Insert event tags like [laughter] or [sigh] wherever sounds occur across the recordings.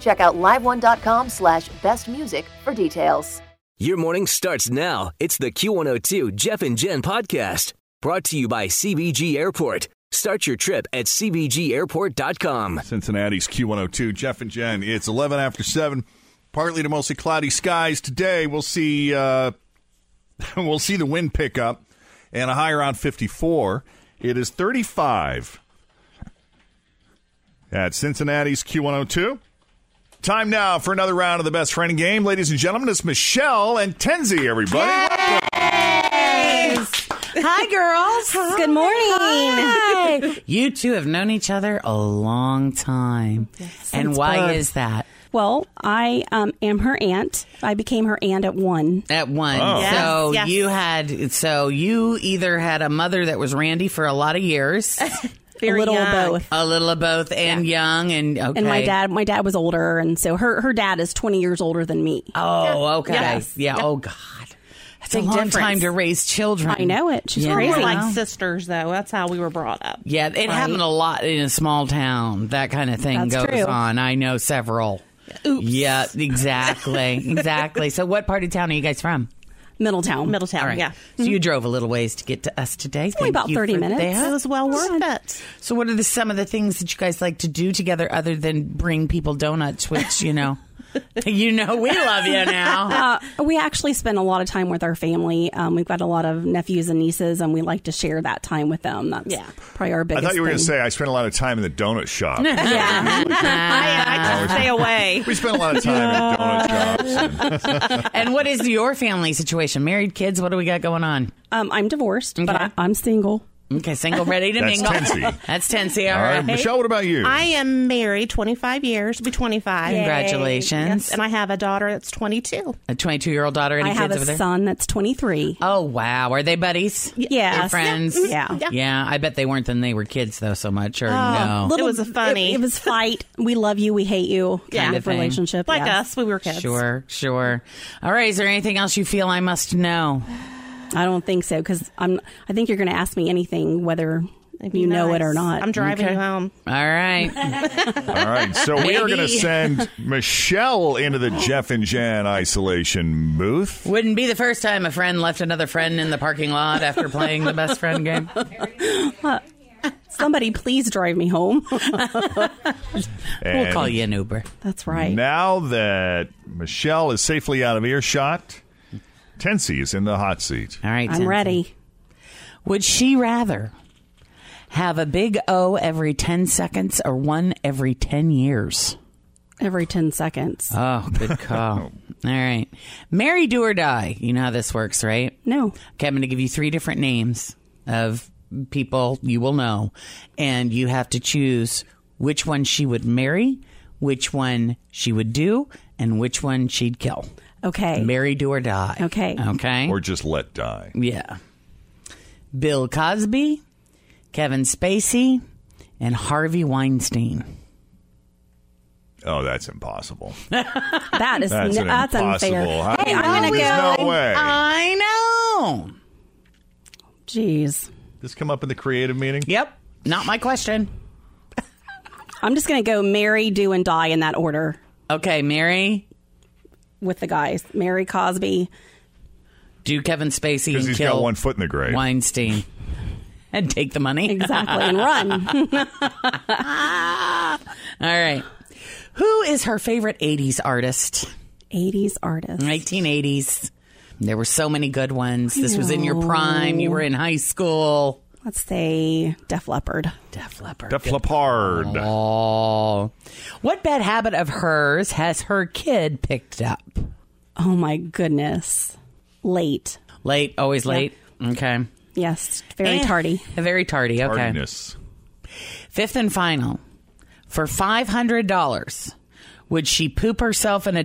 Check out liveone.com slash best music for details. Your morning starts now. It's the Q102 Jeff and Jen podcast brought to you by CBG Airport. Start your trip at CBGAirport.com. Cincinnati's Q102. Jeff and Jen, it's 11 after 7. Partly to mostly cloudy skies today. We'll see uh, [laughs] we'll see the wind pick up and a high around 54. It is 35 at Cincinnati's Q102. Time now for another round of the best friend game. Ladies and gentlemen, it's Michelle and Tenzi, everybody. Hi, girls. Good morning. [laughs] You two have known each other a long time. and why is that? Well, I um, am her aunt. I became her aunt at one. At one. Yes, So yes. you had so you either had a mother that was Randy for a lot of [laughs] years, a little of both. a little of both and young and okay. And my dad, my dad was older, and so her her dad is twenty years older than me. Oh, okay. Yes. Yeah. Oh god. That's Big a long difference. time to raise children. I know it. She's Yeah. We're crazy. like sisters, though. That's how we were brought up. Yeah, it happened a lot in a small town. That kind of thing That's goes true. on. I know several. Oops. Yeah, exactly. [laughs] exactly. So what part of town are you guys from? Middletown. Middletown, All right. yeah. Hmm. So you drove a little ways to get to us today. It's only about 30 minutes. It was well worth it. So what are the, some of the things that you guys like to do together other than bring people donuts, which, you [laughs] know, you know we love you now. Uh, we actually spend a lot of time with our family. Um, we've got a lot of nephews and nieces, and we like to share that time with them. That's Yeah. probably our I biggest. thought you were going to thing. say I spent a lot of time in the donut shop. I, I just [laughs] stay away. We spent a lot of time in donut shops. [laughs] and what is your family situation? Married kids? What do we got going on? Um, I'm divorced, but I, Okay. I'm single. Okay, single, ready to That's mingle. Tensi. That's Tensi. All right, right. Michelle, what about you? I am married 25 years, be 25. Congratulations. Yes, and I have a daughter that's 22. A 22 year old daughter. Any I kids have over a there? son that's 23. Oh, wow. Are they buddies? yeah, They're friends? Yeah. Yeah. Oh, Yeah. I bet they weren't then they were kids, though, so much. Or no. It was a funny- It, it was fight. We love you. We hate you. Kind Yeah. of relationship. Like yeah. us, we were kids. Sure, sure. All right, is there anything else you feel I must know? I don't think so because I'm. I think you're going to ask me anything, whether It'd be you know it nice. or not. I'm driving Okay. you home. All right. [laughs] All right, so we are Maybe. going to send Michelle into the Jeff and Jan isolation booth. Wouldn't be the first time a friend left another friend in the parking lot after playing the best [laughs] friend game. Somebody, please drive me home. [laughs] We'll And call you an Uber. That's right. Now that Michelle is safely out of earshot, Tensi is in the hot seat. All right. I'm Tinsley. ready. Would she rather have a big O every 10 seconds or one every 10 years? Every ten seconds. Oh, [laughs] good call. All right. Marry, do, or die. You know how this works, right? no. Okay, I'm going to give you three different names of people you will know, and you have to choose which one she would marry, which one she would do, and which one she'd kill. Okay. Marry, do, or die. Okay. Okay. Or just let die. yeah. Bill Cosby, Kevin Spacey, and Harvey Weinstein. Oh, that's impossible. That is That's, an that's impossible. unfair. How- Hey, I'm uh, gonna There's go. No way. I know. Jeez, this come up in the creative meeting. Yep. Not my question. I'm just gonna go marry, do, and die in that order Okay, Mary, with the guys. Mary Cosby. do Kevin Spacey Because and he's kill got one foot in the grave. Weinstein [laughs] and take the money. Exactly, [laughs] and run. [laughs] All right. Who is her favorite 80s artist? 80s artist. 1980s. There were so many good ones. This was in your prime. You were in high school. Let's say Def Leppard. Def Leppard. Def Leppard. Oh. What bad habit of hers has her kid picked up? Oh my goodness. Late. Late, always late. Okay. Yes, very Eh, tardy. [laughs] Very tardy. Okay. Hardiness. Fifth and final. For $500, would she poop herself in a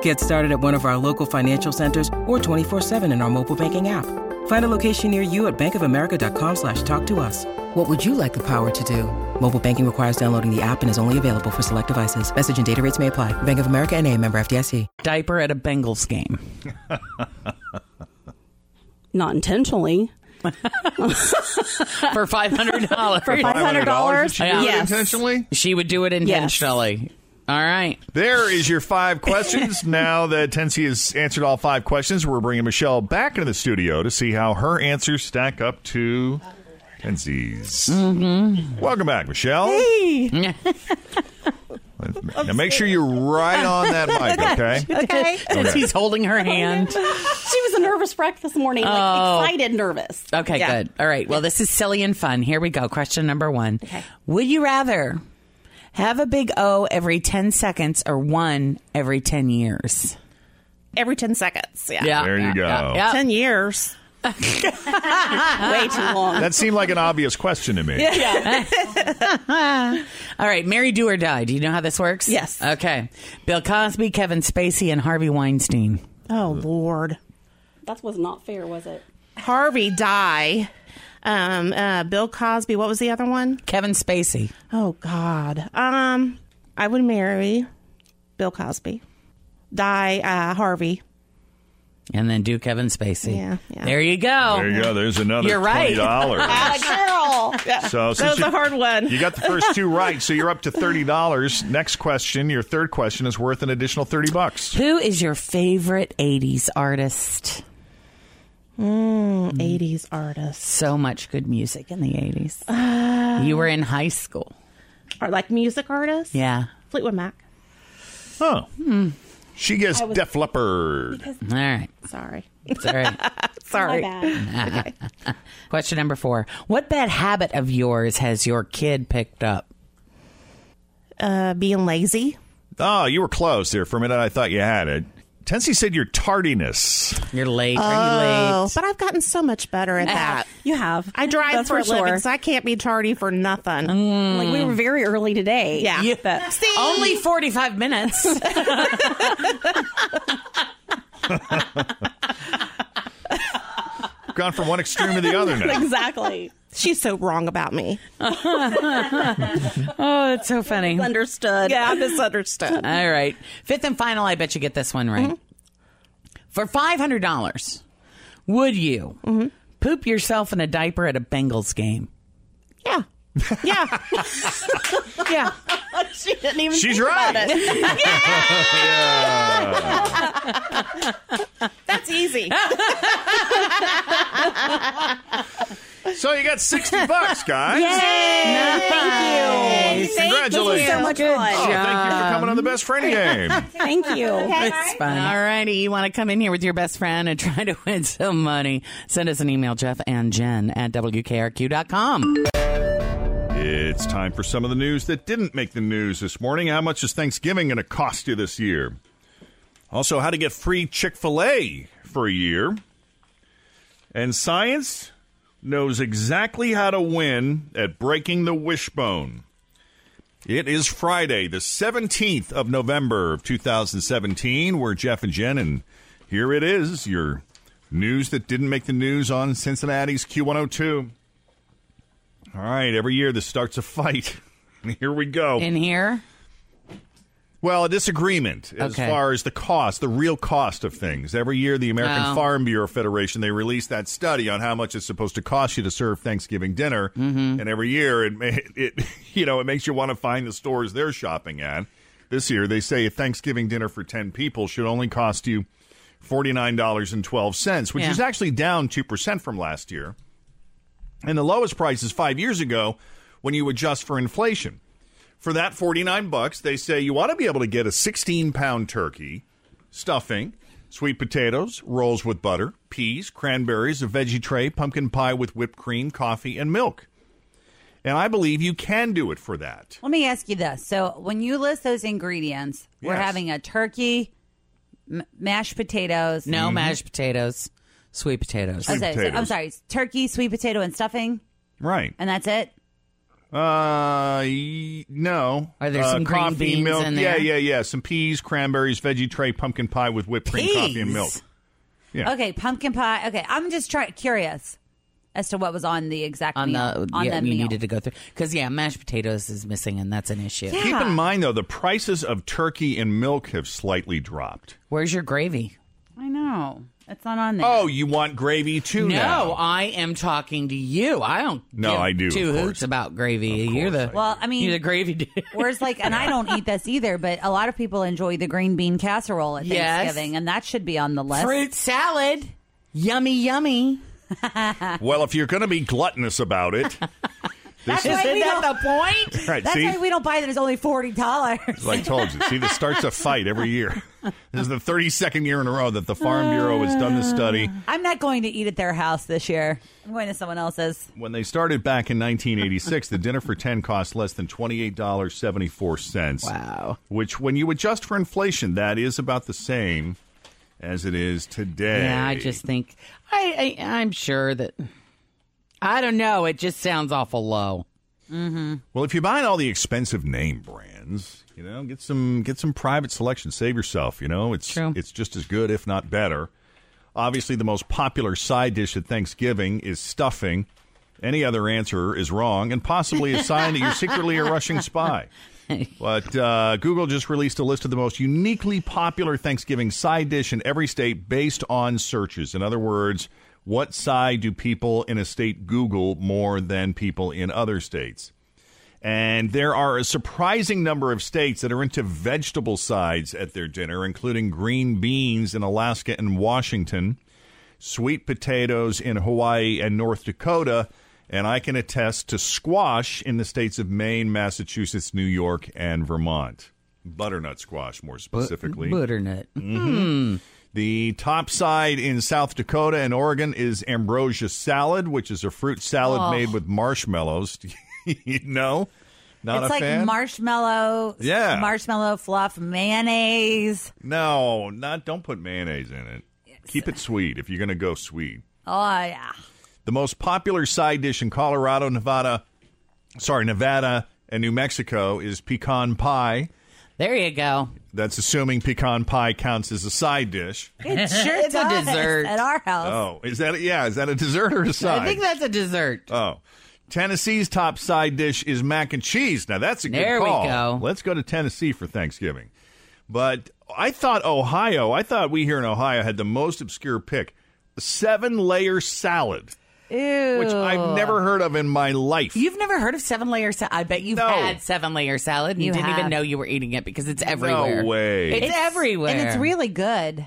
Get started at one of our local financial centers or 24-7 in our mobile banking app. Find a location near you at bankofamerica.com slash talk to us. What would you like the power to do? Mobile banking requires downloading the app and is only available for select devices. Message and data rates may apply. Bank of America and a member FDIC. diaper at a Bengals game? Not intentionally. For $500. [laughs] $500? Did she do it Yes. Intentionally? She would do it intentionally. All right. There is your five questions. now that Tensi has answered all five questions, we're bringing Michelle back into the studio to see how her answers stack up to Tensi's. Mm-hmm. Welcome back, Michelle. [laughs] now make sure you're right on that mic, [laughs] okay? Okay. Since he's holding her hand. [laughs] She was a nervous wreck this morning, like Oh. Oh. excited, nervous. Okay, Yeah. good. All right. Well, this is silly and fun. Here we go. Question number one Would you rather have a big O every 10 seconds or one every 10 years? Every 10 seconds. Yeah. There you go. yeah. 10 years. Way too long. That seemed like an obvious question to me. All right. Mary Do or Die. Do you know how this works? Yes. Okay. Bill Cosby, Kevin Spacey, and Harvey Weinstein. Oh, Lord. That was not fair, was it? Harvey Die. Um, uh, Bill Cosby. What was the other one? Kevin Spacey. Oh, God. Um, I would marry Bill Cosby. Die uh, Harvey. And then do Kevin Spacey. Yeah, yeah. There you go. There you go. There's another You're right. $20. [laughs] [laughs] Girl. So That since was you- a hard one. You got the first two right, so you're up to thirty dollars. Next question, your third question is worth an additional thirty bucks. Who is your favorite 80s artist? 80s artists. So much good music in the 80s. you were in high school. Or like music artists? Yeah. Fleetwood Mac. Oh, Hmm. she gets Def Leppard. All right. Sorry. It's all right. Sorry. [laughs] Question number four. What bad habit of yours has your kid picked up? Uh, being lazy. Oh, you were close there for a minute. I thought you had it. Tensi said your tardiness. You're late. Are you Oh, late? but I've gotten so much better at that. You have. I drive That's for a living, sure. Mm. so I can't be tardy for nothing. Like we were very early today. Yeah. You- That- See? Only 45 [laughs] minutes. Gone from one extreme to the other now. [laughs] exactly. She's so wrong about me. oh, it's so funny. All Understood. Yeah, I misunderstood. right. Fifth and final. I bet you get this one right. For $500, would you poop yourself in a diaper at a Bengals game? yeah. Yeah. yeah. [laughs] She didn't even She's right. [laughs] That's easy. So you got sixty bucks, guys. Thank you. Congratulations. so much Oh, fun. thank you for coming on the best friend game. [laughs] Thank you. [laughs] It's fun. All righty. You want to come in here with your best friend and [laughs] try to win some money? Send us an email, Jeff and Jen at WKRQ.com. It's time for some of the news that didn't make the news this morning. How much is Thanksgiving going to cost you this year? Also, how to get free Chick fil A for a year. And science knows exactly how to win at breaking the wishbone. It is Friday, the 17th of November of 2017. We're Jeff and Jen, and here it is your news that didn't make the news on Cincinnati's Q102. All right, every year this starts a fight. [laughs] here we go. In here? Well, a disagreement as Okay. far as the cost, the real cost of things. Every year, the American Oh. Farm Bureau Federation they release that study on how much it's supposed to cost you to serve Thanksgiving dinner, and every year it ma- [laughs] it you know it makes you want to find the stores they're shopping at. This year, they say a Thanksgiving dinner for ten people should only cost you forty nine dollars and twelve cents, which Yeah. is actually down two percent from last year, and the lowest price is five years ago when you adjust for inflation for that 49 bucks they say you want to be able to get a 16 pound turkey stuffing sweet potatoes rolls with butter peas cranberries a veggie tray pumpkin pie with whipped cream coffee and milk and i believe you can do it for that Let me ask you this. So, when you list those ingredients, we're Yes. having a turkey, m- mashed potatoes. No mashed potatoes, sweet potatoes. Oh, sorry, I'm sorry. it's Turkey, sweet potato, and stuffing. right And that's it. uh y- no Are there Uh, some green coffee beans milk in yeah there? yeah yeah some peas cranberries veggie tray pumpkin pie with whipped cream coffee and Peas? milk yeah Okay, pumpkin pie. Okay, I'm just try- curious as to what was on the exact on meal. the on yeah, the you meal. needed to go through because yeah, mashed potatoes is missing and that's an issue. keep in mind though the prices of turkey and milk have slightly dropped Where's your gravy? I know. It's not on there. Oh, you want gravy too no, now? I am talking to you. I don't. No, give I do, Two of course. hoots about gravy. you're the Well, I mean- you're the gravy dude. Whereas, like, and I don't eat this either, but a lot of people enjoy the green bean casserole at Yes. Thanksgiving, and that should be on the list. Fruit salad, yummy, yummy. Well, if you're going to be gluttonous about [laughs] it, That's this why is we don't- point? Right, That's see? why we don't buy that. It's only forty dollars. [laughs] like I told you. See, this starts a fight every year. This is the 32nd year in a row that the Farm Bureau has done the study. I'm not going to eat at their house this year. I'm going to someone else's. When they started back in 1986, the dinner for 10 cost less than $28.74. Wow. Which, when you adjust for inflation, that is about the same as it is today. [laughs] Yeah, I just think I, I I'm sure that I don't know. It just sounds awful low. Mm-hmm. Well, if you're buying all the expensive name brands, you know, get some get some private selection. Save yourself. You know, it's it's just as good, if not better. Obviously, the most popular side dish at Thanksgiving is stuffing. Any other answer is wrong and possibly a sign that you're secretly a Russian spy. But uh, Google just released a list of the most uniquely popular Thanksgiving side dish in every state based on searches. In other words, what side do people in a state Google more than people in other states? And there are a surprising number of states that are into vegetable sides at their dinner, including green beans in Alaska and Washington, sweet potatoes in Hawaii and North Dakota, and I can attest to squash in the states of Maine, Massachusetts, New York, and Vermont. Butternut squash, more specifically. butternut. Mhm. The top side in South Dakota and Oregon is ambrosia salad, which is a fruit salad Oh. made with marshmallows. [laughs] no, not it's a like fan. marshmallow, Yeah. marshmallow fluff, mayonnaise. no, not. Don't put mayonnaise in it. Keep it sweet if you're going to go sweet. Oh yeah, The most popular side dish in Colorado, Nevada, sorry, Nevada and New Mexico is pecan pie. There you go. That's assuming pecan pie counts as a side dish. It sure It's a does dessert. at our house. Oh, is that yeah? Is that a dessert or a side? I think that's a dessert. Oh. Tennessee's top side dish is mac and cheese. Now that's a good There we call. go. Let's go to Tennessee for Thanksgiving. But I thought Ohio, I thought we here in Ohio had the most obscure pick. Seven layer salad. Ew. Which I've never heard of in my life. You've never heard of seven layer salad? I bet you've No. had seven layer salad and You didn't have. even know you were eating it because it's everywhere. way. It's, everywhere. and it's really good.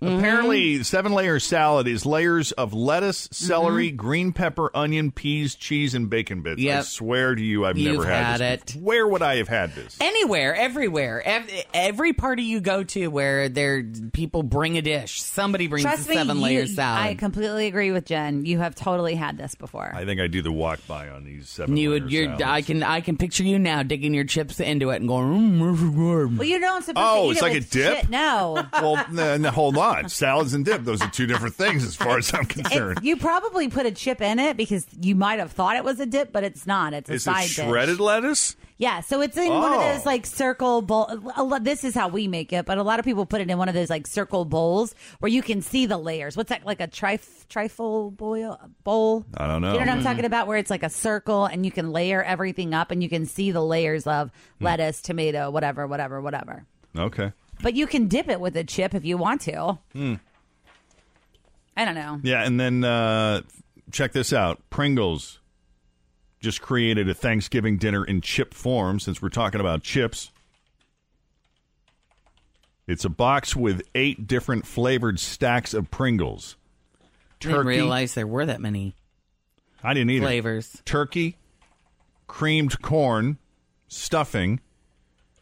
Mm-hmm. Apparently, seven layer salad is layers of lettuce, celery, green pepper, onion, peas, cheese, and bacon bits. I Mm-hmm. Yep. swear to you, I've You've never had, had it. Where would I have had this? Anywhere, everywhere, ev- every party you go to where there people bring a dish, somebody brings Trust a me, seven you- layer salad. I completely agree with Jen. You have totally had this before. I think I do the walk by on these seven. you would, layer you're, salads. I can, I can picture you now digging your chips into it and going. Mm, this is good." Well, you don't supposed Oh, to eat it's it like with a dip? Shit, no. [laughs] well, no, no, hold on. Salads and dip; those are two different things, as far as I'm concerned. You probably put a chip in it because you might have thought it was a dip, but it's not. It's a Is side it shredded dish. lettuce? Yeah, so it's in one of Oh. those like circle bowl. a lo- This is how we make it, but a lot of people put it in one of those like circle bowls where you can see the layers. What's that like a trif- trifle boil bowl? I don't know. You know what I'm Mm. talking about? Where it's like a circle and you can layer everything up and you can see the layers of lettuce, tomato, whatever, whatever, whatever. Okay. But you can dip it with a chip if you want to. Hmm. I don't know. Yeah, and then uh, check this out. Pringles just created a Thanksgiving dinner in chip form since we're talking about chips. It's a box with eight different flavored stacks of Pringles. Didn't Turkey. realize there were that many I didn't either. flavors. Turkey, creamed corn, stuffing,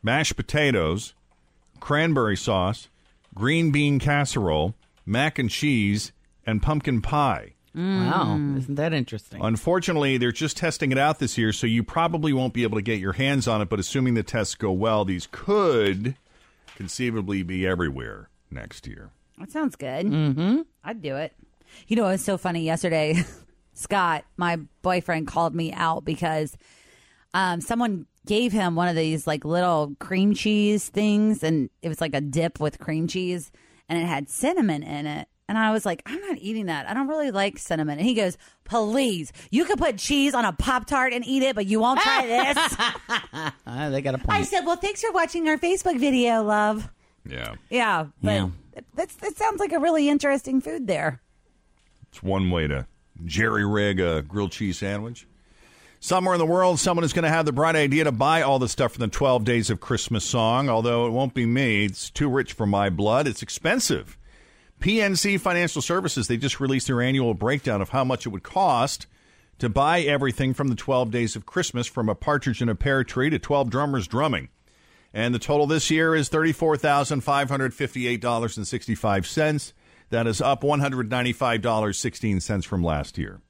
mashed potatoes, cranberry sauce, green bean casserole, mac and cheese, and pumpkin pie. Mm. Wow, isn't that interesting? Unfortunately, they're just testing it out this year, so you probably won't be able to get your hands on it. But assuming the tests go well, these could conceivably be everywhere next year. That sounds good. Mm-hmm. I'd do it. You know, it was so funny yesterday. Scott, my boyfriend, called me out because um, someone gave him one of these like little cream cheese things, and it was like a dip with cream cheese, and it had cinnamon in it. And I was like, I'm not eating that. I don't really like cinnamon. And he goes, Please, you could put cheese on a Pop Tart and eat it, but you won't try this. Ah, they got a I point. said, Well, thanks for watching our Facebook video, love. Yeah. Yeah, but Yeah. That's, that sounds like a really interesting food there. It's one way to jerry rig a grilled cheese sandwich. Somewhere in the world, someone is going to have the bright idea to buy all the stuff from the 12 Days of Christmas song, although it won't be me. It's too rich for my blood. It's expensive. PNC Financial Services, they just released their annual breakdown of how much it would cost to buy everything from the 12 Days of Christmas, from a partridge in a pear tree to 12 drummers drumming. And the total this year is $34,558.65. That is up $195.16 from last year.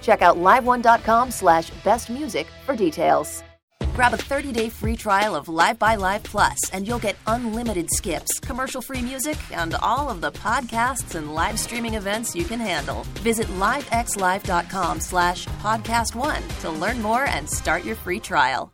Check out liveone.com slash bestmusic for details. Grab a 30-day free trial of Live by Live Plus, and you'll get unlimited skips, commercial-free music, and all of the podcasts and live streaming events you can handle. Visit livexlive.com slash podcast one to learn more and start your free trial.